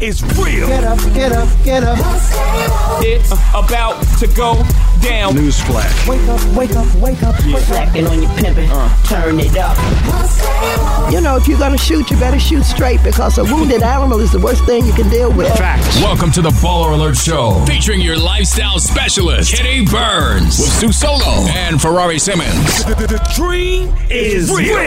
is real. Get up, get up, get up. It's about to go down. Newsflash. Wake up, wake up, wake up. Slacking on your pimping, turn it up. You know, if you're gonna shoot, you better shoot straight because a wounded animal is the worst thing you can deal with. Welcome to the Baller Alert Show, featuring your lifestyle specialist, Kitty Burns, with Sue Solo and Ferrari Simmons. The, the- the dream is real.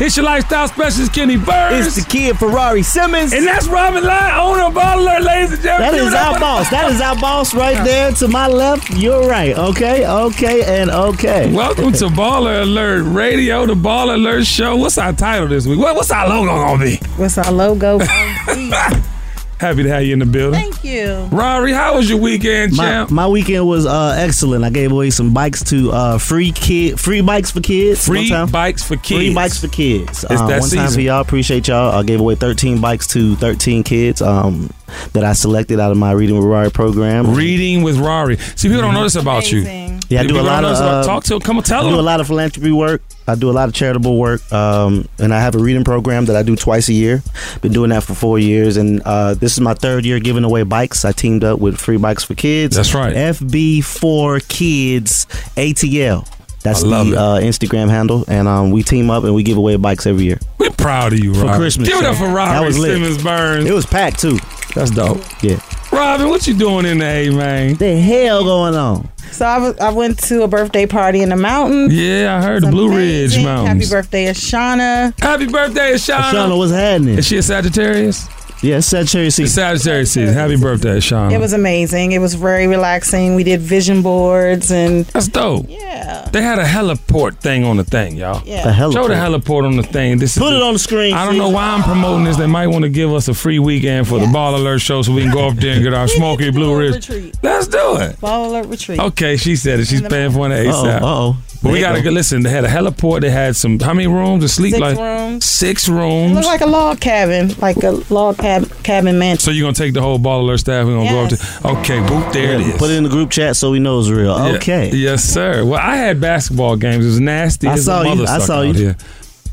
It's your lifestyle specialist, Kenny Burns. It's the kid Ferrari Simmons. and that's Robin Lyon, owner of Ball Alert, ladies and gentlemen. That Give is it up our for- boss. That is our boss right there to my left. You're right. Okay, okay, and okay. Welcome to Baller Alert Radio, the Baller Alert Show. What's our title this week? What, what's our logo gonna be? What's our logo? Happy to have you in the building. Thank you. Rory, how was your weekend, My, champ? my weekend was uh, excellent. I gave away some bikes to uh, free kid, free bikes for kids. one Free time. bikes for kids. Free bikes for kids. Um, that one time season. for y'all. Appreciate y'all. I gave away 13 bikes to 13 kids um, that I selected out of my Reading with Rory program. Reading with Rory. See, people Mm-hmm. don't know this about you. Amazing. yeah, I do People a don't lot know of this about- uh, talk to. Come on, tell I do a them. lot of philanthropy work. I do a lot of charitable work, um, and I have a reading program that I do twice a year. Been doing that for four years, and uh, this is my third year giving away bikes. I teamed up with Free Bikes for Kids. That's right. FB for Kids ATL. That's I love the it. uh, Instagram handle, and um, we team up and we give away bikes every year. We're proud of you, Rory. Christmas, Give it up champ. for Rory That was lit. Simmons Burns. It was packed too. That's dope. Yeah, Robin, what you doing in the A, man? the hell going on? So I was- I went to a birthday party in the mountains. Yeah, I heard the It's Blue amazing. Ridge Mountains. Happy birthday, Ashana. Happy birthday, Ashana. Shauna, what's happening? Is she a Sagittarius? Yeah, it's that cherry It's season. Sagittarius season. Happy birthday, Ashana. It was amazing. It was very relaxing. We did vision boards and That's dope. yeah. They had a heliport thing on the thing, y'all. Yeah. The hell Show the heliport on the thing. This is Put the- it on the screen. I don't sis. know why I'm promoting this. They might want to give us a free weekend for the Ball Alert show so we can go up there and get our We need Smoky to do Blue a Ridge. retreat. Let's do it. Ball alert retreat. Okay, she said it. She's paying for an Uh-oh, ASAP. uh-oh. But we There you gotta go. go. Listen, they had a heliport. They had some how many rooms to sleep? Six like rooms. six It rooms. looked like a log cabin, like a log cab- cabin mansion. so you're gonna take the whole Ball Alert staff. We're gonna Yes. go up to. Okay, boop. There it is. Put it in the group chat so we know it's real. Yeah. Okay. Yes, sir. Well, I had basketball games. It was nasty. I His saw you. mother I sucked saw out you. Here.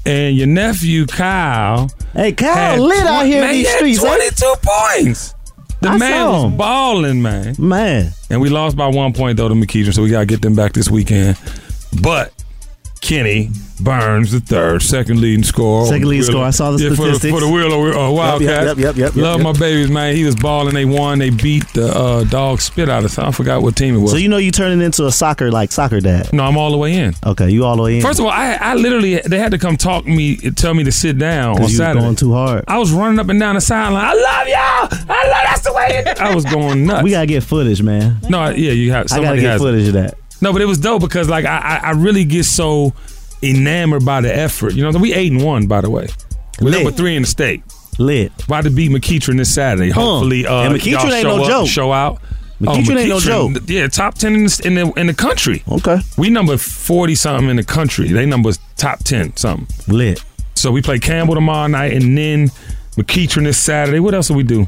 And your nephew Kyle Hey, had Kyle lit out twen- here man, in these he had streets. eh? 22 points. The I man saw was him. balling, man. Man, And we lost by one point though to McKeever, so we gotta get them back this weekend. But Kenny Burns the third, second leading scorer. Second leading scorer. I saw the yeah, statistics. for the, for the Willow uh, Wildcats. yep, yep, yep, yep, Love yep. my babies, man. He was balling. They won. They beat the uh, dog spit out of. I forgot what team it was. so you know you turning into a soccer like soccer dad. no, I'm all the way in. Okay, you all the way in. First of all, I I literally they had to come talk me tell me to sit down on you was Saturday. going too hard. I was running up and down the sideline. I love y'all. I love that's the way. It, I was going nuts. We gotta get footage, man. no, I- yeah, you have. I Uh, gotta Somebody get has. it. footage of that. No, but it was dope because like I I, I really get so enamored by the effort. You know, we eight and one by the way. We're Lit. number three in the state. Lit. About to beat McEachern this Saturday. Hopefully, uh, And McEachern y'all ain't show no up, joke. Show out. Oh, McEachern ain't no joke. Yeah, top ten in the, in the in the country. Okay. We number forty something in the country. They number top ten something. Lit. So we play Campbell tomorrow night and then McEachern this Saturday. What else do we do?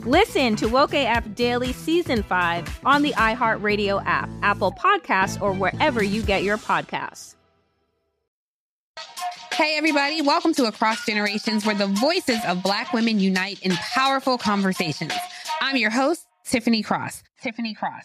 Listen to Woke AF Daily Season 5 on the iHeartRadio app, Apple Podcasts, or wherever you get your podcasts. Hey, everybody, welcome to Across Generations, where the voices of Black women unite in powerful conversations. I'm your host, Tiffany Cross. Tiffany Cross.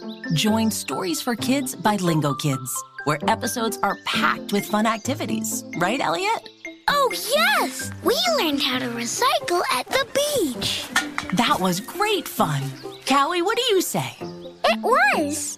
Join Stories for Kids by Lingo Kids, where episodes are packed with fun activities. Right, Elliot? Oh, yes! We learned how to recycle at the beach. That was great fun. Callie, what do you say? It was.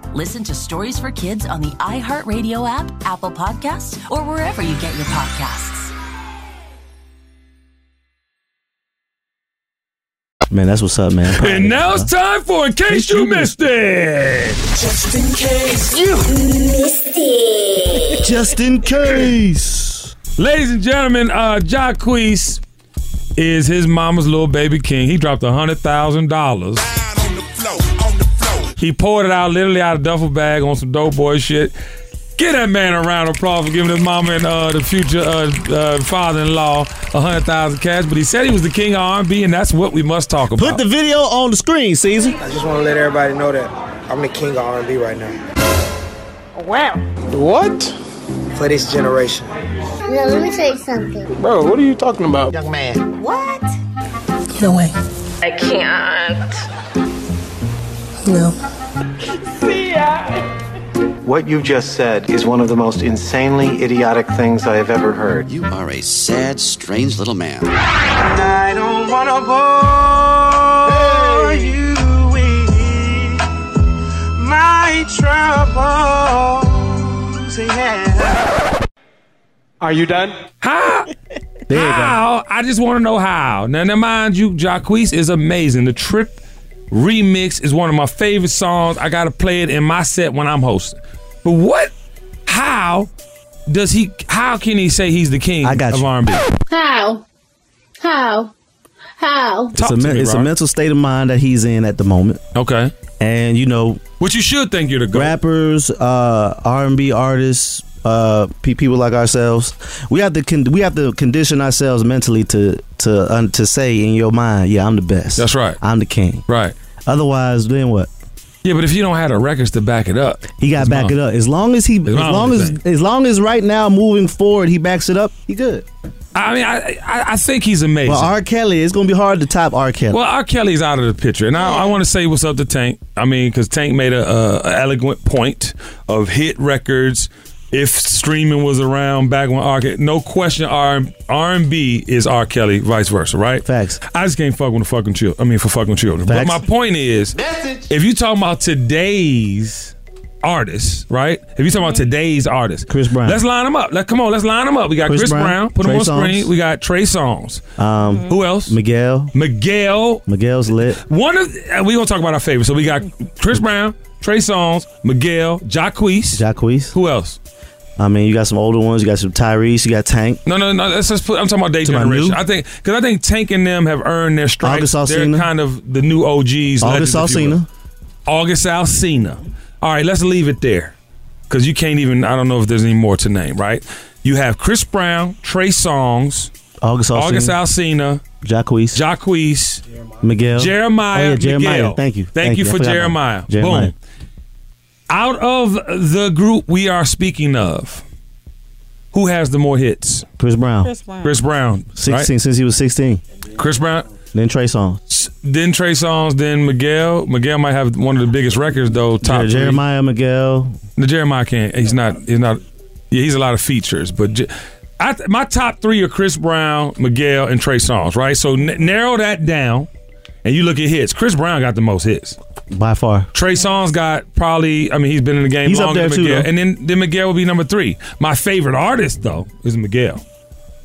Listen to Stories for Kids on the iHeartRadio app, Apple Podcasts, or wherever you get your podcasts. Man, that's what's up, man. And now it's time for In Case You Missed It. Just in case you missed it. Just in case. Ladies and gentlemen, uh, Jacquees is his mama's little baby king. He dropped $100,000. He poured it out literally out of duffel bag on some dope boy shit. Give that man a round of applause for giving his mama and uh, the future uh, uh, father-in-law a hundred thousand cash. But he said he was the king of R&B, and that's what we must talk about. Put the video on the screen, Caesar. I just want to let everybody know that I'm the king of R&B right now. Wow. What? For this generation. Now, let me say something. Bro, what are you talking about? Young man. What? Get away. I can't. No. See ya. What you've just said is one of the most insanely idiotic things I have ever heard. You are a sad, strange little man. I don't wanna bore you with my troubles. Yeah. Are you done? How? how? I just want to know how. Now, now, mind you, Jacquees is amazing. The Trip remix is one of my favorite songs. I got to play it in my set when I'm hosting. But what? How does he? How can he say he's the king I got of R&B? How? How? How? It's, a, men- it's a mental state of mind that he's in at the moment. Okay. And you know, what you should think you're the rappers, uh, R and B artists, uh, pe- people like ourselves. We have to con- we have to condition ourselves mentally to to un- to say in your mind, yeah, I'm the best. That's right. I'm the king. Right. Otherwise, then what? Yeah, but if you don't have the records to back it up, he got to back it up. As long as he, as mom long was as, as long as right now moving forward, he backs it up. He good. I mean, I I, I think he's amazing. But R. Kelly, it's gonna be hard to top R. Kelly. Well, R. Kelly's out of the picture, and I, I want to say what's up to Tank. I mean, because Tank made a, a, a eloquent point of hit records. If streaming was around back when R. Kelly, no question, R R and B is R. Kelly, vice versa, right? Facts. I just can't fuck with the fucking children. I mean, for fucking children. Facts. But my point is, if you talking about today's artists, right? If you talking about today's artists, Chris Brown. Let's line them up. Let come on, let's line them up. We got Chris, Chris Brown. Brown, Put Trey them on Songz. screen. We got Trey Songs. Um, Who else? Miguel. Miguel. Miguel's lit. One of and we gonna talk about our favorites. So we got Chris Brown, Trey Songz, Miguel, Jacquees. Jacquees. Who else? I mean, you got some older ones. You got some Tyrese. You got Tank. No, no, no. That's just, I'm talking about day To my generation. new? I think because I think Tank and them have earned their stripes. August They're Alsina. kind of the new OGs. August legends, if you will. Alsina. August Alsina. All right, let's leave it there because you can't even. I don't know if there's any more to name. Right? You have Chris Brown, Trey Songz, August Alsina. August Alsina, Jacquees. Jacquees, Miguel. Jeremiah. Oh, yeah, Jeremiah. Miguel. Thank you. Thank, Thank you you. I for forgot about Jeremiah. Jeremiah. Boom. Out of the group we are speaking of, who has the more hits? Chris Brown. Chris Brown. Chris Brown, Sixteen since he was sixteen. Chris Brown. Then Trey Songz. Then Trey Songz, then Miguel. Miguel might have one of the biggest records though. Top Yeah, three. Jeremiah Miguel. No, Jeremiah can't. He's not. He's not. Yeah, he's a lot of features, but Je- I th- my top three are Chris Brown, Miguel, and Trey Songz. Right, so n- narrow that down, and you look at hits. Chris Brown got the most hits by far. Trey Songz got probably. I mean, he's been in the game He's up longer there than too, Miguel, though. and then then Miguel will be number three. My favorite artist though is Miguel.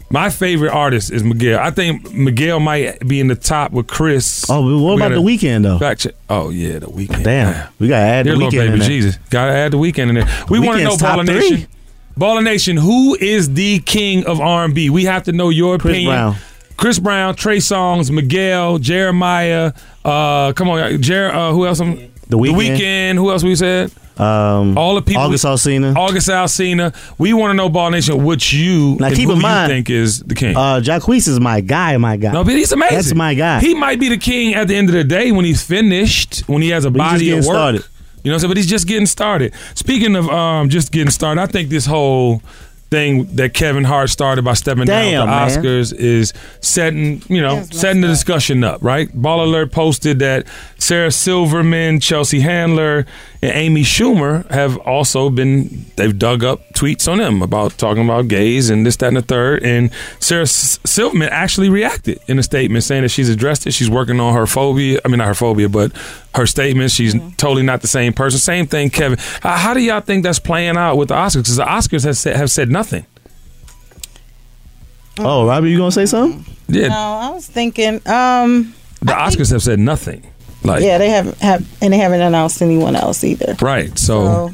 My favorite artist is Miguel. I think Miguel might be in the top with Chris. Oh, but what about the weekend though? Fact check. Oh yeah, the weekend. Damn, we gotta add Dear the Lord, weekend. in baby there. Jesus, gotta add the weekend in there. We want to Weekend's know top Baller three. Nation. Baller Nation, who is the king of R and B? We have to know your Chris opinion. Brown. Chris Brown, Trey Songz, Miguel, Jeremiah. Uh, come on, Jer. Uh, who else? am- The Weeknd. The Weekend. Who else we said? Um, All the people. August Alsina. August Alsina. We want to know Ball Nation. What you Now and keep who in mind, you think is the king? Uh, Jacquees is my guy, my guy. no, but he's amazing. That's my guy. He might be the king at the end of the day when he's finished, when he has a But he's just body of work. getting started. You know, what I'm saying? but he's just getting started. Speaking of um, just getting started, I think this whole thing that Kevin Hart started by stepping Damn, down man. at the Oscars is setting, you know, setting the discussion up, right? Ball Alert posted that Sarah Silverman, Chelsea Handler, and Amy Schumer have also been they've dug up tweets on them about talking about gays and this, that, and the third. And Sarah S- Silverman actually reacted in a statement saying that she's addressed it. She's working on her phobia. I mean, not her phobia, but her statement. She's totally not the same person. Same thing, Kevin. How, how do y'all think that's playing out with the Oscars? Because the Oscars have said, have said nothing. Oh, Robbie, you gonna say something? Yeah, No, I was thinking. Um, the Oscars have said nothing. Like, yeah, they haven't have and they haven't announced anyone else either. Right. So,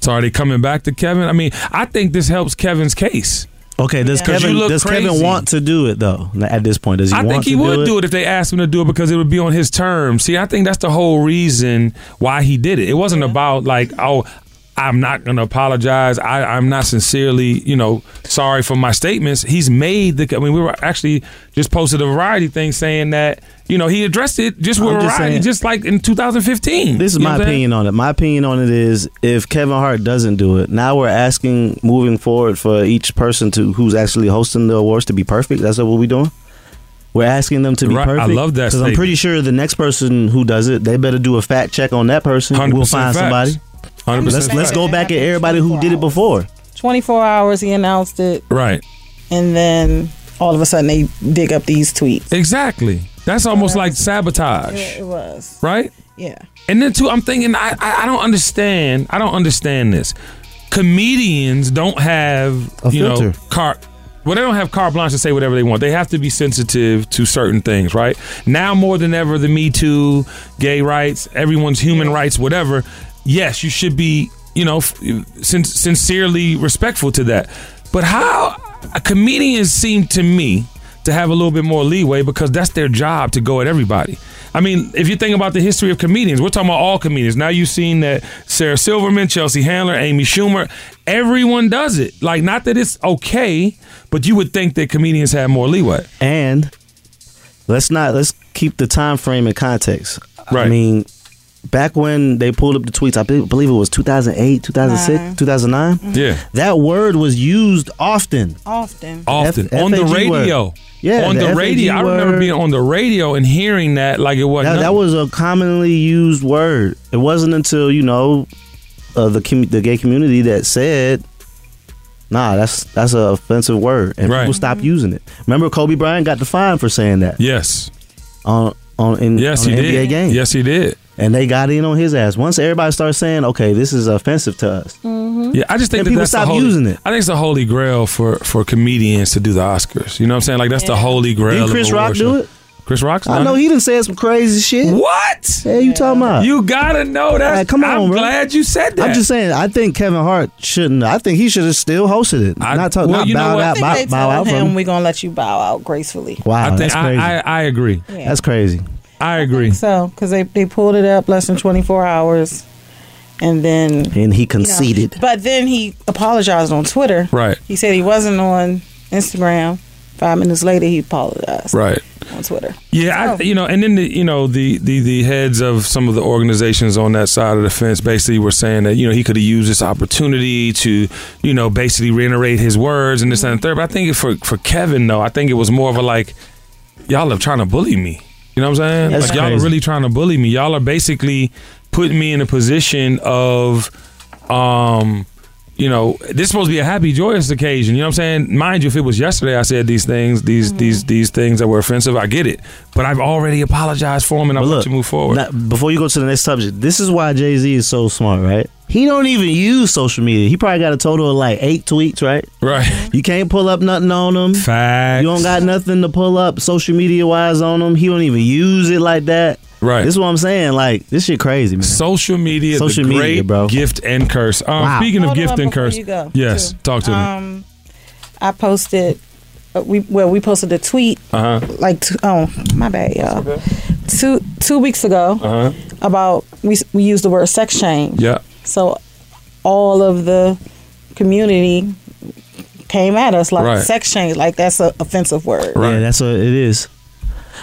so are they coming back to Kevin? I mean, I think this helps Kevin's case. Okay, does Because Kevin you look does Kevin crazy. want to do it though? At this point, does he? I want think he to would do it? if they asked him to do it because it would be on his terms. See, I think that's the whole reason why he did it. It wasn't about like, oh, I'm not going to apologize. I, I'm not sincerely, you know, sorry for my statements. He's made the. I mean, we were actually just posted a variety thing saying that you know he addressed it just with I'm just variety, saying. just, like in 2015. This You is know my what I'm saying? opinion on it. My opinion on it is if Kevin Hart doesn't do it, now we're asking moving forward for each person to who's actually hosting the awards to be perfect. That's what we're doing. We're asking them to be Right. I perfect. love that because I'm statement. pretty sure the next person who does it, they better do a fact check on that person. we will 100% find facts. somebody. 100% Let's let's go back at everybody who did it before. Twenty four hours he announced it, Right. and then all of a sudden they dig up these tweets. Exactly. That's almost like sabotage. It was right? Yeah. And then too, I'm thinking I, I I don't understand. I don't understand this. Comedians don't have A you know filter. car. Well, they don't have carte blanche to say whatever they want. They have to be sensitive to certain things, right? Now more than ever, the Me Too, gay rights, everyone's human rights, whatever. Yes, you should be, you know, f- sin- sincerely respectful to that. But how comedians seem to me to have a little bit more leeway because that's their job to go at everybody. I mean, if you think about the history of comedians, we're talking about all comedians. Now you've seen that Sarah Silverman, Chelsea Handler, Amy Schumer, everyone does it. Like, not that it's okay, but you would think that comedians have more leeway. And let's not let's keep the time frame in context. Right. I mean, back when they pulled up the tweets, I be- believe it was 2008, 2006, 2009. Yeah. That word was used often. Often. Often F- on the FAG word. radio. Yeah, on the the, FAG radio. I remember word. being on the radio and hearing that like it wasn't. That, that nothing. was a commonly used word. It wasn't until you know uh, the com- the gay community that said, "Nah, that's that's an offensive word," and people stopped using it. Remember, Kobe Bryant got fined for saying that. Yes. On on in Yes, on he an NBA did. game. Yes, he did. And they got in on his ass. Once everybody starts saying, "Okay, this is offensive to us," Mm. Yeah, I just think And that people that's the stop holy, using it. I think it's the holy grail for for comedians to do the Oscars. You know what I'm saying? Like that's the holy grail. Didn't of Chris award Rock show. do it? Chris Rock's. I done know it. he done said some crazy shit. What? Yeah, you talking about? You gotta know that. Like, come on, I'm bro. glad you said that. I'm just saying. I think Kevin Hart shouldn't. I think he should have still hosted it. not talk, well, not you know bow what? I out, think bow, they bow told out from. him we're gonna let you bow out gracefully. Wow, I think that's crazy. I, I, I agree. That's crazy. I agree. So, because they, they pulled it up less than 24 hours, and then And he you know. conceded. but then he apologized on Twitter. Right. He said he wasn't on Instagram. Five minutes later, he apologized. Right. On Twitter. Oh. Yeah, I, you know, and then the, you know the, the the heads of some of the organizations on that side of the fence basically were saying that you know he could have used this opportunity to you know basically reiterate his words and this that, and the third. But I think for for Kevin though, I think it was more of a like y'all are trying to bully me. You know what I'm saying? That's like y'all are crazy. really trying to bully me. Y'all are basically putting me in a position of um you know, this is supposed to be a happy, joyous occasion. You know what I'm saying? Mind you, if it was yesterday, I said these things, these Mm-hmm. these these things that were offensive. I get it, but I've already apologized for them, and I want to move forward. Now, before you go to the next subject, this is why Jay Z is so smart, right? He don't even use social media. He probably got a total of like eight tweets, right? Right. You can't pull up nothing on him. Facts. You don't got nothing to pull up social media wise on him. He don't even use it like that. Right. This is what I'm saying. Like this shit crazy, man. Social media, the Social media, great bro. gift and curse. Um, Speaking of Hold gift on and before curse, you go, yes, too. talk to me. Um, I posted. uh, We well, we posted a tweet Uh huh. like two, oh my bad, y'all. Two two weeks ago Uh huh. about we we used the word sex change. Yeah. So all of the community came at us like Right. sex change, like that's an offensive word. Yeah, that's what it is.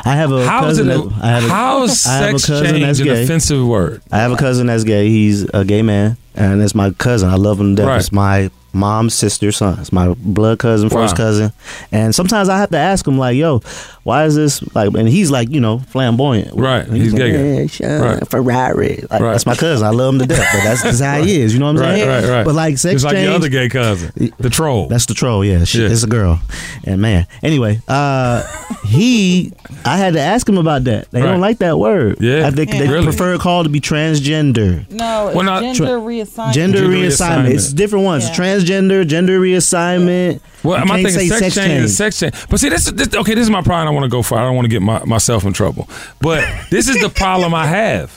I have a How is cousin. it a- that- I have a, how is I have a sex cousin that's change an gay. offensive word? I have a cousin that's gay. He's a gay man, and it's my cousin. I love him to death. Right. It's my mom's sister's son. It's my blood cousin, first Wow. cousin. And sometimes I have to ask him, like, "Yo, why is this like?" And he's like, you know, flamboyant. Right. He's He's gay. like, gay. "Yeah, Right. Ferrari. Like, Right. That's my cousin. I love him to death. But that's just how he is. You know what I'm Right, saying? right, right. But like, sex It's like your change- other gay cousin, the troll. That's the troll. Yeah, she, it's a girl, and man. Anyway, uh, he, I had to ask him about that. They Right. don't like that word. Yeah, I think they really. prefer a call to be transgender. No, it's Well, not gender tra- reassignment. Gender, reassignment. It's different ones. Transgender, gender reassignment. Well, You am I can't thinking say sex, change, is sex change? But see, this, this okay. This is my problem. I want to go for. I don't want to get my, myself in trouble. But this is the problem I have.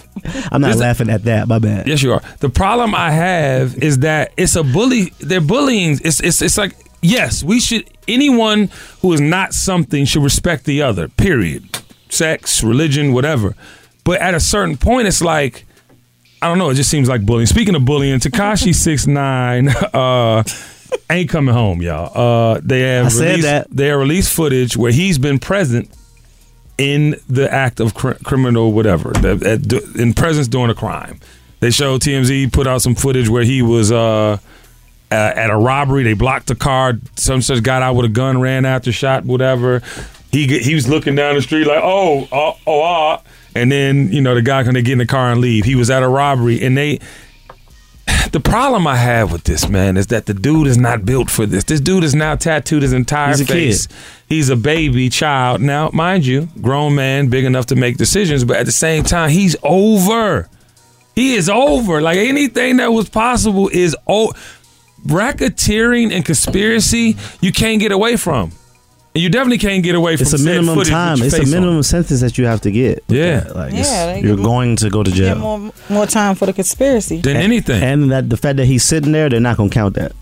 I'm not This- laughing at that. My bad. Yes, you are. The problem I have is that it's a bully. They're bullying. It's it's it's like yes, we should. Anyone who is not something should respect the other. Period. Sex, religion, whatever. But at a certain point, it's like I don't know. It just seems like bullying. Speaking of bullying, Takashi six nine uh, ain't coming home, y'all. Uh, they have I said released, that. they have released footage where he's been present in the act of cr- criminal whatever that- that- in presence during a crime. They show TMZ put out some footage where he was uh, uh, at a robbery. They blocked the car. Some such got out with a gun, ran after, shot whatever. He g- he was looking down the street like oh oh oh ah, and then you know the guy gonna get in the car and leave. He was at a robbery, and they the problem I have with this man is that the dude is not built for this. This dude is now tattooed his entire He's a face. kid. He's a baby child now, mind you, grown man, big enough to make decisions, but at the same time, he's over. He is over. Like anything that was possible is over. Racketeering and conspiracy, you can't get away from. And you definitely can't get away from. It's a said minimum footage with time. your It's a face on. minimum sentence that you have to get. Yeah. Like, Yeah, it's- they you're give going to go to Yeah, jail. more more time for the conspiracy. than anything. And that the fact that he's sitting there, they're not going to count that.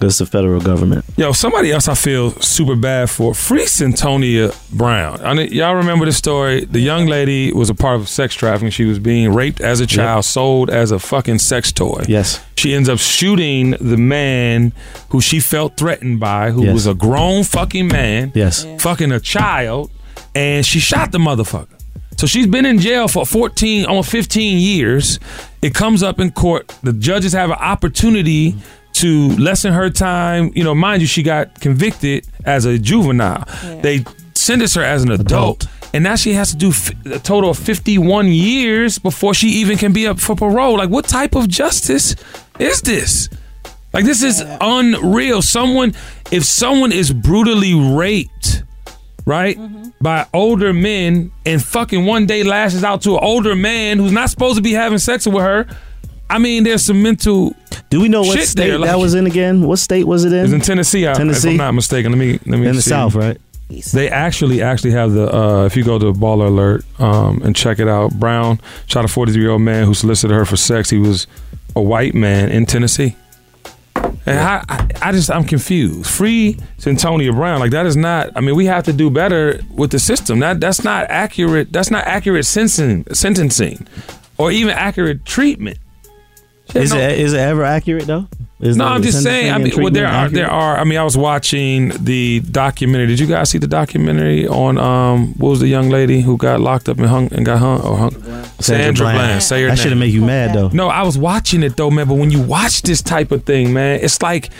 'Cause It's the federal government. Yo, somebody else I feel super bad for. Free Centonia Brown. I know, y'all remember the story? The young lady was a part of sex trafficking. She was being raped as a child, sold as a fucking sex toy. Yes. She ends up shooting the man who she felt threatened by, who Yes. was a grown fucking man. Yes. Fucking a child, and she shot the motherfucker. So she's been in jail for 14, almost 15 years. It comes up in court. The judges have an opportunity to lessen her time. You know, mind you, she got convicted as a juvenile. They sentenced her as an adult, and now she has to do f- a total of 51 years before she even can be up for parole. Like, what type of justice is this? Like this is unreal. Someone, if someone is brutally raped, right, Mm-hmm. by older men, and fucking one day lashes out to an older man who's not supposed to be having sex with her, I mean, there's some mental. Do we know what shit state there. Like, that was in again? What state was it in? It was in Tennessee. I, If Tennessee? I'm not mistaken. Let me let me In the see. South, right? They actually actually have the uh, if you go to Baller Alert um, and check it out. Brown shot a 43 year old man who solicited her for sex. He was a white man in Tennessee. And I, I, I just I'm confused. Free Santonia Brown, like that is not. I mean, we have to do better with the system. That that's not accurate. That's not accurate sentencing, sentencing, or even accurate treatment. Is it is it ever accurate though? Is no, the I'm just sentencing saying. I and mean, well, there treatment are accurate? there are. I mean, I was watching the documentary. Did you guys see the documentary on um what was the young lady who got locked up and hung and got hung or hung? Sandra Bland. Say her That name. should make you mad though. No, I was watching it though, man. But when you watch this type of thing, man, it's like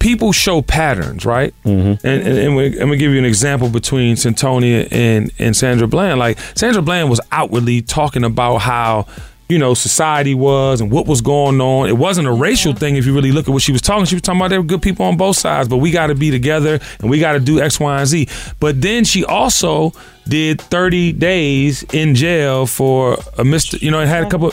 people show patterns, right? Mm-hmm. And and, and we, I'm gonna give you an example between Santonia and and Sandra Bland. Like Sandra Bland was outwardly talking about how you know, society was and what was going on. It wasn't a racial thing if you really look at what she was talking. She was talking about there were good people on both sides, but we got to be together and we got to do X, Y, and Z. But then she also did 30 days in jail for a Mr. You know, it had a couple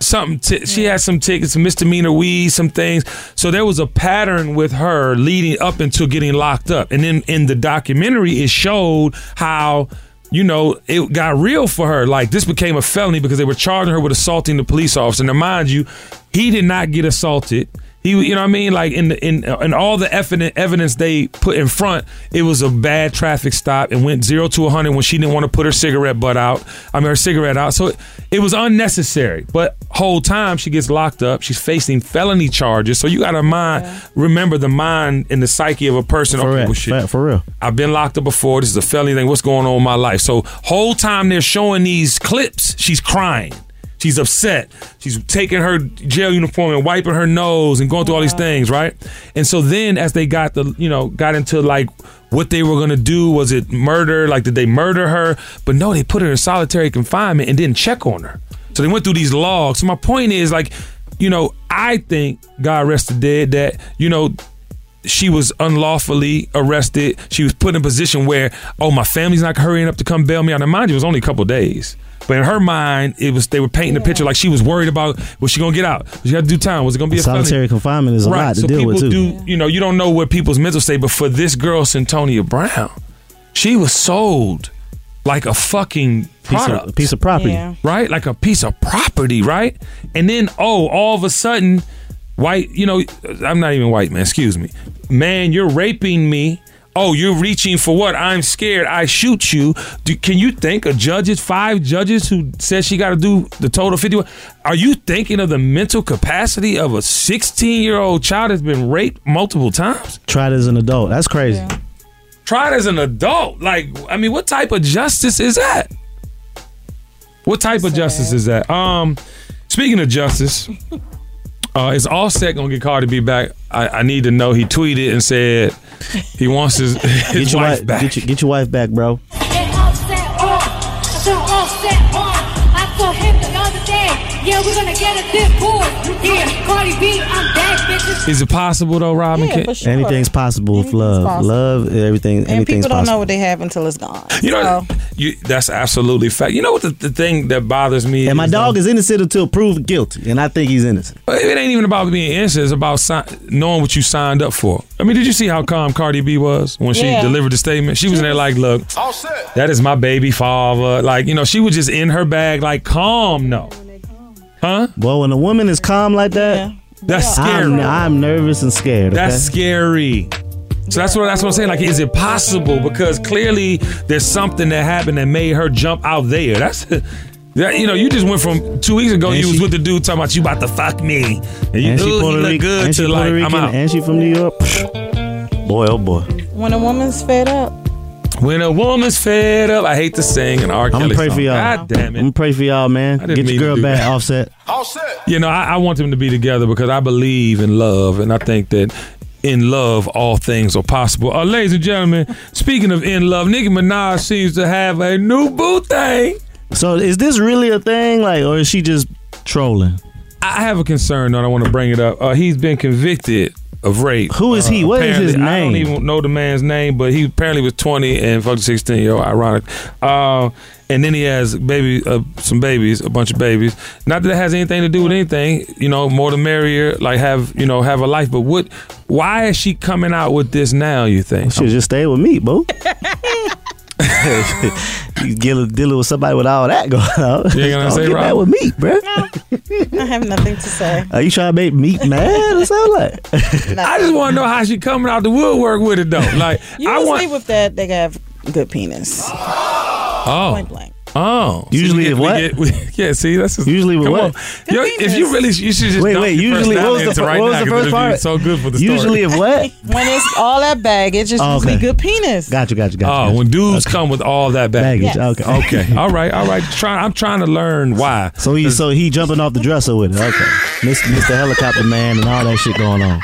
something. T- She had some tickets, some misdemeanor weed, some things. So there was a pattern with her leading up until getting locked up. And then in the documentary, it showed how you know, it got real for her. Like this became a felony because they were charging her with assaulting the police officer. Now, mind you, he did not get assaulted. He, you know what I mean? Like in the, in in all the evidence evidence they put in front, it was a bad traffic stop and went zero to hundred when she didn't want to put her cigarette butt out. I mean her cigarette out. So it, it was unnecessary. But whole time she gets locked up, she's facing felony charges. So you got to mind remember the mind and the psyche of a person. For real, for real. I've been locked up before. This is a felony thing. What's going on in my life? So whole time they're showing these clips, she's crying. She's upset. She's taking her jail uniform and wiping her nose and going through all these things, right? And so then as they got the, you know, got into like what they were going to do, was it murder? Like did they murder her? But no, they put her in solitary confinement and didn't check on her. So they went through these logs. So my point is like, you know, I think God rest the dead that, you know, she was unlawfully arrested. She was put in a position where, oh, my family's not hurrying up to come bail me out. Now, mind you, it was only a couple days. But in her mind, it was they were painting the picture like she was worried about was she gonna get out? Was she gonna do time? Was it gonna be a felony? Solitary confinement is a lot to so deal people with too. do, you know, you don't know what people's mental state. But for this girl, Santonia Brown, she was sold like a fucking Piece of- product, piece of property. Yeah. right? Like a piece of property, right? And then oh, all of a sudden, white, you know, I'm not even white, man. Excuse me, man, you're raping me. Oh, you're reaching for what? I'm scared. I shoot you. Do, can you think of judges, five judges who said she got to do the total 51? Are you thinking of the mental capacity of a 16 year old child that's been raped multiple times? Tried as an adult. That's crazy. tried as an adult. Like, I mean, what type of justice is that? What type of justice is that? Um, speaking of justice, uh, is Offset gonna get Cardi B back? I, I need to know. He tweeted and said he wants his, his Get your wife wife back. Get your, get your wife back, bro. Get uh, offset on. I saw offset on. uh. I saw him the other day. Yeah, we're gonna get a good boy. Yeah, Cardi B, I'm back, bitches. Is it possible though, Robin? Yeah, for sure. Anything's possible with love. possible. Love, everything. And anything's people don't know possible. what they have until it's gone. You know, you, that's absolutely fact. You know what the, the thing that bothers me? and my is, dog is innocent until proved guilty, and I think he's innocent. It ain't even about being innocent. It's about si- knowing what you signed up for. I mean, did you see how calm Cardi B was when Yeah. she delivered the statement? She was in there like, "Look, All that is my baby father." Like, you know, she was just in her bag, like calm. No, huh? Well, when a woman is calm like that, that's I'm, I'm nervous and scared. That's okay? scary. So that's what that's what I'm saying. Like, is it possible? Because clearly, there's something that happened that made her jump out there. That's that. You know, you just went from two weeks ago. And you was she- with the dude talking about you about to fuck me, and you And she ooh, he Puerto look Ric- good and she to like Puerto I'm Rican, out. and she from New York. Psh, Boy, oh boy. When a woman's fed up, When a woman's fed up, I hate to sing an R. I'm Kelly gonna pray song. for y'all. Mm. God damn I'm gonna it. pray for y'all, man. I didn't Get mean your to girl do back, that. Offset. You know, I, I want them to be together because I believe in love, and I think that in love, all things are possible. Uh, ladies and gentlemen, speaking of in love, Nicki Minaj seems to have a new boo thing. So, is this really a thing, like, or is she just trolling? I have a concern, though, and I want to bring it up. Uh, he's been convicted of rape. Who is he? What is his Uh, apparently- I don't name? even know the man's name, but he apparently was 20 and fucked a 16 year old. Ironic. Uh, and then he has baby, uh, some babies, a bunch of babies. Not that it has anything to do with anything, you know. More the merrier. Like have you know have a life. But what? Why is she coming out with this now? You think? Should just stay with me, boo. you deal- dealing with somebody with all that going on. You ain't gonna Don't say, get back Rob? with me, bro. I have nothing to say. Are you trying to make me mad? Or something like? I just want to know how she coming out the woodwork with it though. Like Usually I want. with that, they have good penis. Oh. Point blank. Oh, usually we get, what? yeah, see, that's just, usually with come what? On. Yo, if you really, you should just Wait, dump wait, your usually- what was personality the into fir- right what was now, 'cause the it'll first be part? So good for the Usually story. of what? When it's all that baggage, it's Oh, just be okay. good penis. Gotcha, gotcha, Oh, when dudes come with all that baggage. Baggage, Yes. okay. okay, all right, all right. Trying, I'm trying to learn why. So he so he jumping off the dresser with it. Okay, Miss- Mr. Helicopter Man and all that shit going on.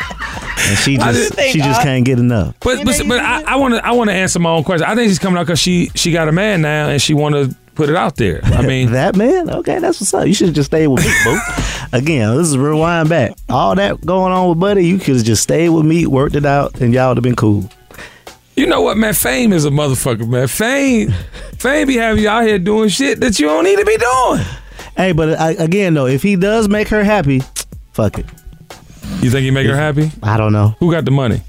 and she I just didn't- she just can't get enough. But but, but I want to I want to answer my own question. I think she's coming out because she she got a man now and she want to put it out there. I mean that man. Okay, that's what's up. You should have just stayed with me, boo. Again, this is rewind back. All that going on with Buddy, you could have just stayed with me, worked it out, and y'all would have been cool. You know what, man? Fame is a motherfucker, man. Fame, fame be having you out here doing shit that you don't need to be doing. Hey, but I, again, though, if he does make her happy, fuck it. You think he make her happy? I don't know. Who got the money?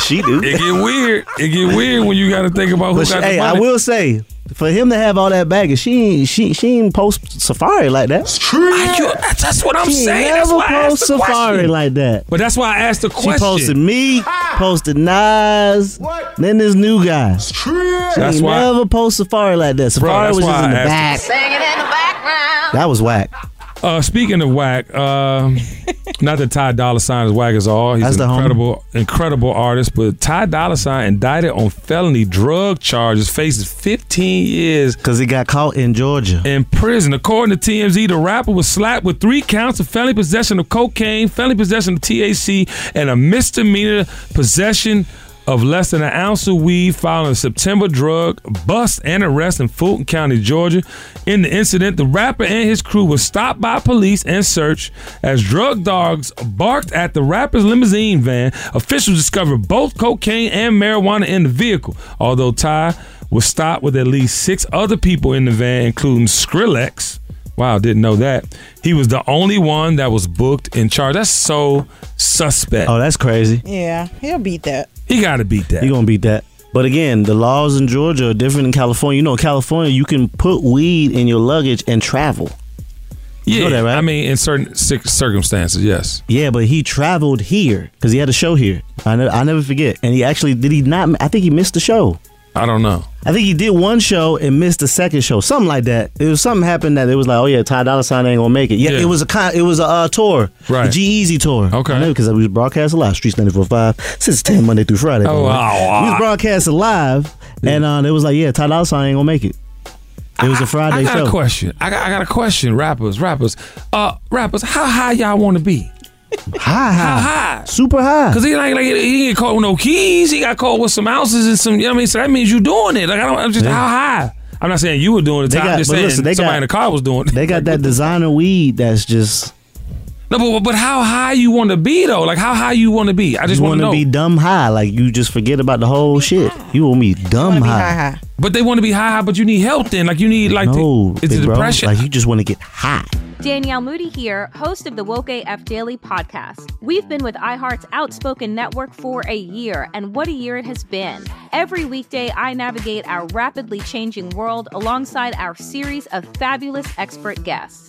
she do. It get weird. It get weird when you got to think about who But got she- the hey, money. I will say, for him to have all that baggage, she ain't she she ain't post Safari like that. It's true. I- you- that's, that's what I'm she ain't saying. That's Never why I asked post the Safari question. like that. But that's why I asked the question. She posted me, posted Nas, then this new guy. It's true. She That's ain't why- never post Safari like that. Safari that's was why just in I the back. asked That was whack. Uh, speaking of whack, um, not that Ty Dolla Sign is whack as all. He's That's the an homie. incredible, incredible artist. But Ty Dolla Sign indicted on felony drug charges, faces 15 years because he got caught in Georgia in prison. According to TMZ, the rapper was slapped with three counts of felony possession of cocaine, felony possession of THC, and a misdemeanor possession. Of less than an ounce of weed following a September drug bust and arrest in Fulton County, Georgia. In the incident, the rapper and his crew was stopped by police and searched as drug dogs barked at the rapper's limousine van. Officials discovered both cocaine and marijuana in the vehicle, although Ty was stopped with at least six other people in the van, including Skrillex. Wow, didn't know that. He was the only one that was booked and charged. That's so suspect. Oh, that's crazy. Yeah, he'll beat that. He got to beat that. You gonna beat that. But again, the laws in Georgia are different than California. You know, in California, you can put weed in your luggage and travel. yeah, I mean, in certain cir- circumstances, yes. Yeah, but he traveled here because he had a show here. I ne- I never forget. And he actually did he not? I think he missed the show. I don't know. I think he did one show and missed the second show, something like that. It was something happened that it was like, oh yeah, Ty Dolla Sign ain't gonna make it. Yeah, Yeah. it was a con- it was a uh, tour, Right. The G Easy tour. Okay, because we was broadcast live, Streets ninety four five, since ten Monday through Friday. Oh, by the way. wow. we was broadcast live, and uh, it was like, yeah, Ty Dolla Sign ain't gonna make it. It was a Friday I got show. a question. I got, I got a question. Rappers, rappers, uh, rappers. How high y'all want to be? High, How high? super high. Cause he like like he ain't caught with no keys. He got caught with some ounces and some. You know what I mean? So that means you doing it. Like I don't. I'm just Yeah. how high? I'm not saying you were doing it. They Ty. I'm got- just but saying listen, they somebody got- in the car was doing it. They got that designer weed that's just No, but but how high you want to be though? Like how high you want to be? I just you want to wanna know. be dumb high, like you just forget about the whole shit. You want me dumb high. Uh-huh. But they want to be high, high. But you need help then. Like you need like no, the, it's big the bro. depression. Like you just want to get high. Danielle Moody here, host of the Woke AF Daily podcast. We've been with iHeart's Outspoken Network for a year, and what a year it has been. Every weekday, I navigate our rapidly changing world alongside our series of fabulous expert guests.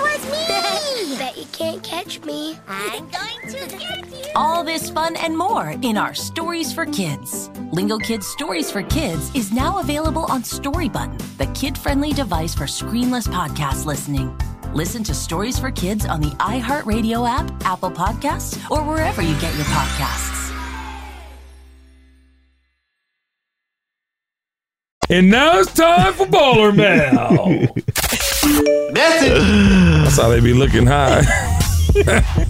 was me! Bet you can't catch me. I'm going to get you. All this fun and more in our Stories for Kids. Lingo Kids Stories for Kids is now available on StoryButton, the kid friendly device for screenless podcast listening. Listen to Stories for Kids on the iHeartRadio app, Apple Podcasts, or wherever you get your podcasts. And now it's time for Baller Mail. That's how they be looking high.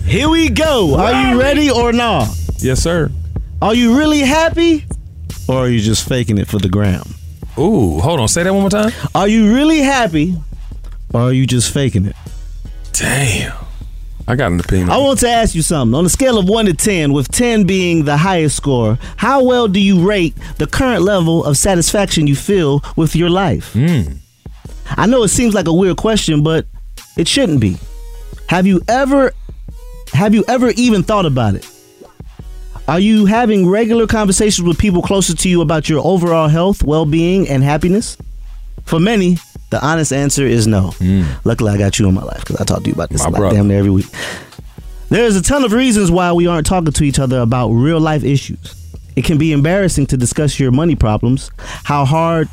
Here we go. Are you ready or not? Yes, sir. Are you really happy? Or are you just faking it for the gram? Ooh, hold on. Say that one more time. Are you really happy? Or are you just faking it? Damn. I got an opinion. I want to ask you something. On a scale of 1 to 10, with 10 being the highest score, how well do you rate the current level of satisfaction you feel with your life? Hmm. I know it seems like a weird question, but it shouldn't be. Have you ever have you ever even thought about it? Are you having regular conversations with people closer to you about your overall health, well-being, and happiness? For many, the honest answer is no. Luckily, I got you in my life because I talk to you about this Hmm. My like brother. damn near every week. There's a ton of reasons why we aren't talking to each other about real life issues. It can be embarrassing to discuss your money problems, how hard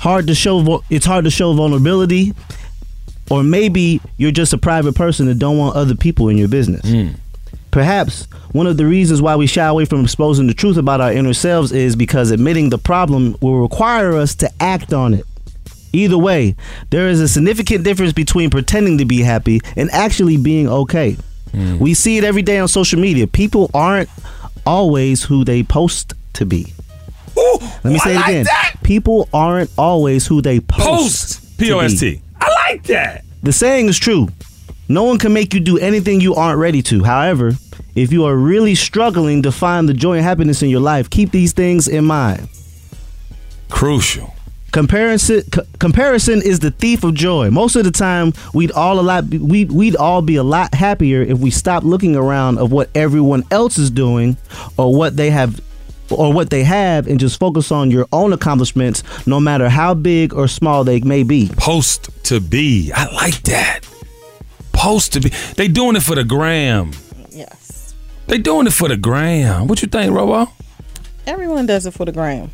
hard to show vul- it's hard to show vulnerability, or maybe you're just a private person that don't want other people in your business. Perhaps one of the reasons why we shy away from exposing the truth about our inner selves is because admitting the problem will require us to act on it. Either way, there is a significant difference between pretending to be happy and actually being okay. We see it every day on social media. People aren't always who they post to be. Let me say it again. People aren't always who they Oh, post. Post. to be. P O S T. I like that. The saying is true. No one can make you do anything you aren't ready to. However, if you are really struggling to find the joy and happiness in your life, keep these things in mind. Crucial. Comparison, c- comparison is the thief of joy. Most of the time, we'd all a lot we'd, we'd all be a lot happier if we stopped looking around of what everyone else is doing or what they have or what they have and just focus on your own accomplishments no matter how big or small they may be. Post to be. I like that. Post to be. They doing it for the gram. Yes. They doing it for the gram. What you think, Robo? Everyone does it for the gram.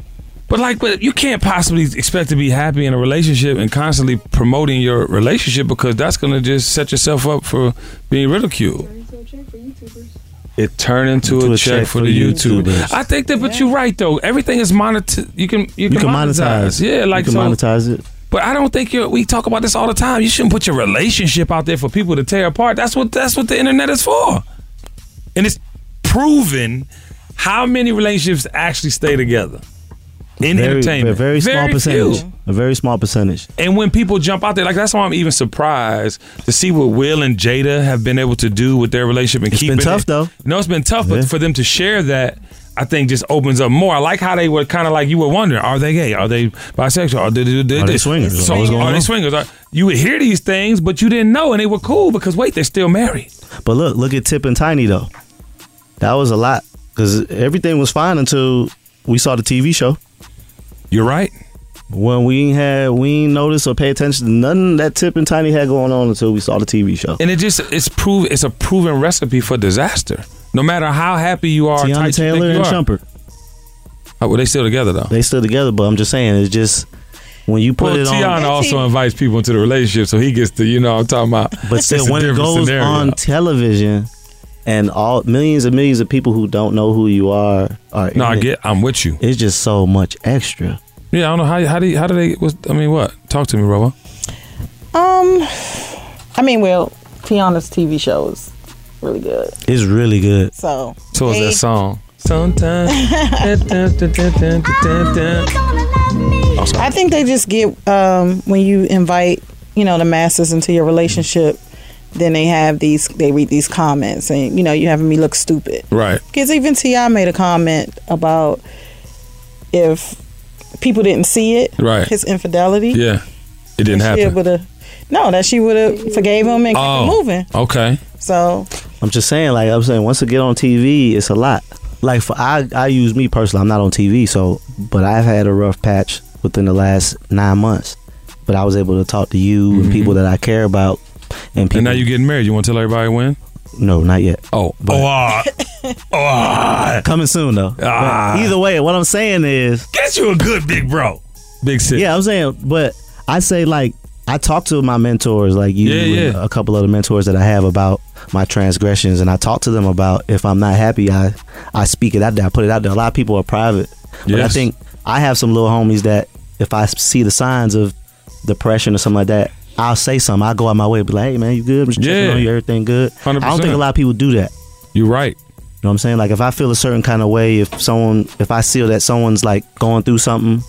But like, but you can't possibly expect to be happy in a relationship and constantly promoting your relationship because that's gonna just set yourself up for being ridiculed. It turned into, a, check, for the YouTubers. I think that, but you're right though. Everything is monetized. You can you, You can monetize. Yeah, You like can so- monetize it. But I don't think you we talk about this all the time. You shouldn't put your relationship out there for people to tear apart. That's what that's what the internet is for. And it's proven how many relationships actually stay together in very, entertainment. A very small percentage. few. A very small percentage. And when people jump out there, like that's why I'm even surprised to see what Will and Jada have been able to do with their relationship and keep been it. tough, though. No, it's been tough, but for them to share that, I think just opens up more. I like how they were kind of like you were wondering: Are they gay? Are they bisexual? Are they, Are they swingers? So, What was going are they on? swingers? Are- you would hear these things, but you didn't know, and they were cool because wait, they're still married. But look, look at Tip and Tiny though. That was a lot because everything was fine until we saw the TV show. You're right. When we ain't had we ain't noticed or pay attention to nothing that Tip and Tiny had going on until we saw the TV show. And it just it's prove it's a proven recipe for disaster. No matter how happy you are, Tiana tight you think Taylor you and are. Shumpert. Oh, well, they still together though. They still together, but I'm just saying it's just when you put well, it Tiana on. also invites people into the relationship, so he gets to you know what I'm talking about. But still, It's a when it different goes scenario. on television, and all millions and millions of people who don't know who you are are. No, in I it, get. I'm with you. It's just so much extra. Yeah, I don't know how how do you, how do they? What's, I mean, what? Talk to me, Robo. Um, I mean, well, Tiana's TV show is really good. It's really good. So, So is they- that song? Sometimes. Da, da, da, da, da, da, da, da. I'm sorry. I think they just get um, when you invite you know the masses into your relationship, then they have these they read these comments and you know you having me look stupid Right. because even Ti made a comment about if people didn't see it, Right. his infidelity, Yeah. It didn't she happen. Oh. would have no that she would have forgave him and kept it moving. Okay. So I'm just saying, like I'm saying, once I get on TV, it's a lot. Like for I, I use me personally. I'm not on TV, so but I've had a rough patch within the last nine months. But I was able to talk to you and people that I care about, and people. Mm-hmm. And now you're getting married. You want to tell everybody when? no, not yet. Oh, oh, ah. oh, ah. coming soon though. But Ah. either way, what I'm saying is, Get you a good big bro. Big sis. Yeah, I'm saying, but I say like I talk to my mentors, like you, Yeah, and a couple of the mentors that I have about my transgressions, and I talk to them about if I'm not happy, I I speak it out there, I put it out there. A lot of people are private, but I Yes. think I have some little homies that if I see the signs of depression or something like that. I'll say something. I'll go out my way, be like, "Hey, man, you good? I'm just checking Yeah. on you. Everything good?" I don't 100%. think a lot of people do that. You're right. You know what I'm saying? Like if I feel a certain kind of way, if someone, if I feel that someone's like going through something,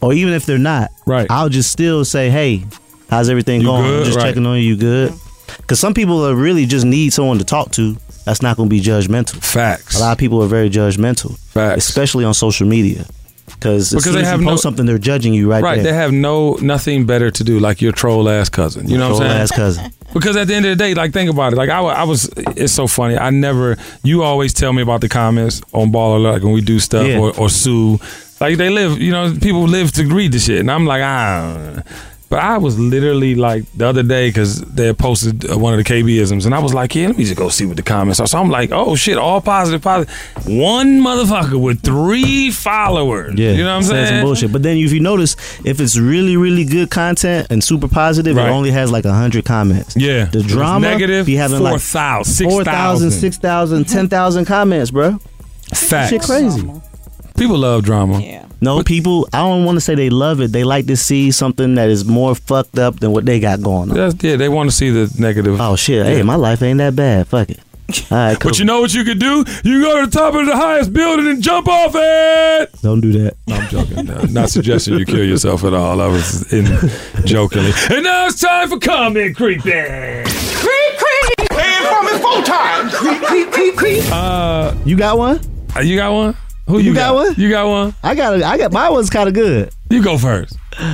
or even if they're not, right? I'll just still say, "Hey, how's everything going? good?" just Right. checking on you. You good?" Because some people are really just need someone to talk to. That's not going to be judgmental. Facts. A lot of people are very judgmental. Facts. Especially on social media, because Because they they have you no- post something, they're judging you right, Right. there. They have no nothing better to do, like your troll ass cousin. You know what I'm saying? Troll-ass cousin. Because at the end of the day, like think about it. Like I, wa- I was. It's so funny. I never. You always tell me about the comments on Ball Alert, like when we do stuff Yeah. or, or sue. Like they live. You know, people live to read the shit, and I'm like, ah. But I was literally like the other day because they had posted uh, one of the KBisms, and I was like, yeah, let me just go see what the comments are. So I'm like, oh shit, all positive, positive. One motherfucker with three followers. Yeah, you know what I'm saying? saying? Some bullshit. But then if you notice, if it's really, really good content and super positive, Right. it only has like hundred comments. Yeah. The drama negative, be having like 4,000, 4,000, 6,000. 6,000, 10,000 comments, bro. Facts. Shit crazy. People love drama. Yeah. No, people, I don't want to say they love it. They like to see something that is more fucked up than what they got going on. That's, yeah, they want to see the negative. Oh, shit. Hey, my life ain't that bad. Fuck it. All right, cool. But you know what you could do? You go to the top of the highest building and jump off it. Don't do that. No, I'm joking. No, not suggesting you kill yourself at all. I was in jokingly. And now it's time for comment creeping. Creep, creep. Paying for me full time. Creep, creep, creep, creep. Uh, you got one? You got one? Who you, You got one? You got one? I got a, I got my one's kind of good. You go first. We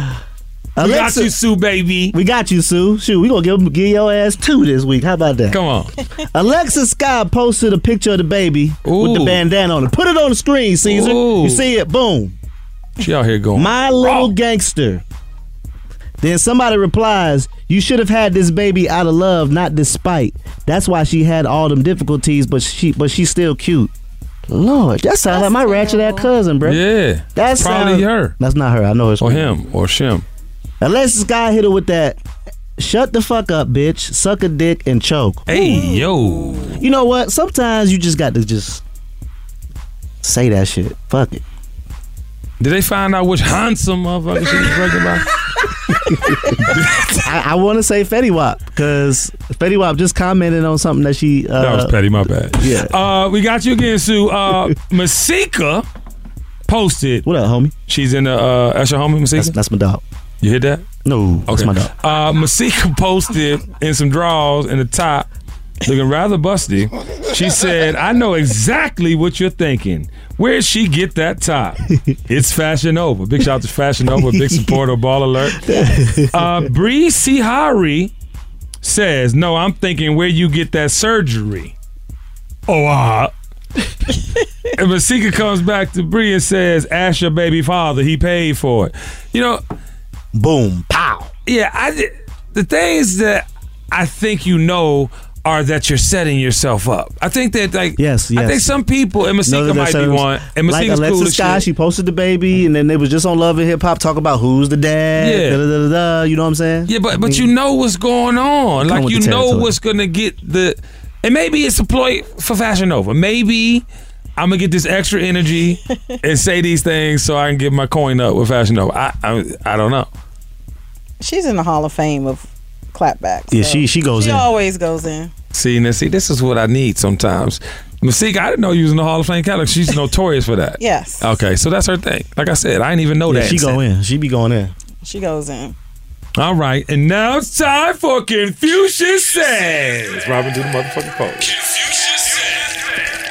got you, Sue, baby. We got you, Sue. Shoot, we gonna give give your ass two this week. How about that? Come on. Alexa Scott posted a picture of the baby with the bandana on it. Put it on the screen, Caesar. You see it? Boom. She out here going. My little gangster. Then somebody replies, "You should have had this baby out of love, not despite. That's why she had all them difficulties, but she but she's still cute." Lord, that sounds like my ratchet ass cousin, bro. Yeah. That's probably her. That's not her. I know it's Or him. Or Shim. Unless this guy hit her with that, shut the fuck up, bitch, suck a dick and choke. Hey, yo. You know what? Sometimes you just got to just say that shit. Fuck it. Did they find out which handsome motherfucker she was breaking by? I, I want to say Fetty Wap because Fetty Wap just commented on something that she. Uh, That was petty. My bad. Yeah. Uh, we got you again, Sue. Uh, Masika posted. What up, homie? She's in the. Uh, that's your homie, Masika. That's, that's my dog. You hit that? No, that's my dog. Uh, Masika posted in some drawers in the top, looking rather busty. She said, "I know exactly what you're thinking. Where'd she get that top? It's Fashion Over. Big shout out to Fashion Over. Big supporter of Ball Alert. Uh, Bree Sihari says, "No, I'm thinking where you get that surgery." Oh, ah. and Masika comes back to Bree and says, "Ask your baby father. He paid for it." You know, boom, pow. Yeah, I di- the things that I think you know are that you're setting yourself up. I think that like Yes, I yes. think some people and Know Masika that might that's be her- one. And like Masika's Alexa cool as Sky, shit. she posted the baby, and then they was just on Love and Hip Hop talking about who's the dad. Yeah. da, da, da, da, da, you know what I'm saying? Yeah, but but you know what's going on. Come Like with you the know territory. what's gonna get the, and maybe it's a ploy for Fashion Nova. Maybe I'm gonna get this extra energy and say these things so I can get my coin up with Fashion Nova. I I, I don't know. she's in the Hall of Fame of clapbacks. Yeah, she- she goes she in. always goes in. See, now see, this is what I need sometimes. Masika, I didn't know you was in the Hall of Fame catalog. She's notorious for that. Yes. Okay, so that's her thing. Like I said, I didn't even know Yeah, that. she go in. She be going in. She goes in. All right, and now it's time for Confucius Says. Robin, do the motherfucking post.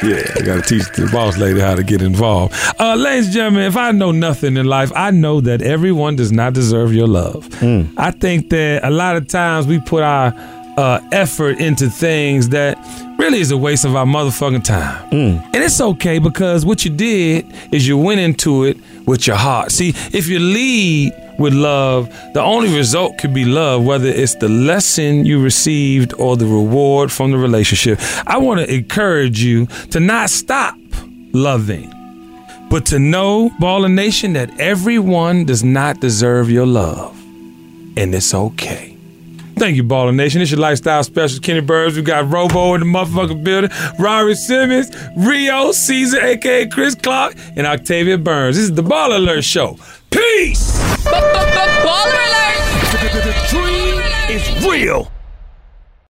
Yeah, I gotta teach the boss lady how to get involved. Uh, ladies and gentlemen, if I know nothing in life, I know that everyone does not deserve your love. I think that a lot of times we put our uh, effort into things that really is a waste of our motherfucking time. And it's okay because what you did is you went into it with your heart. See, if you lead with love, the only result could be love, whether it's the lesson you received or the reward from the relationship. I want to encourage you to not stop loving, but to know, Baller Nation, that everyone does not deserve your love, and it's okay. Thank you, Baller Nation. It's your lifestyle special, Kenny Burns. We got Robo in the motherfucking building, Rory Simmons, Rio Caesar, aka Chris Clark, and Octavia Burns. This is the Baller Alert Show. Peace. Baller alert! Dream is real.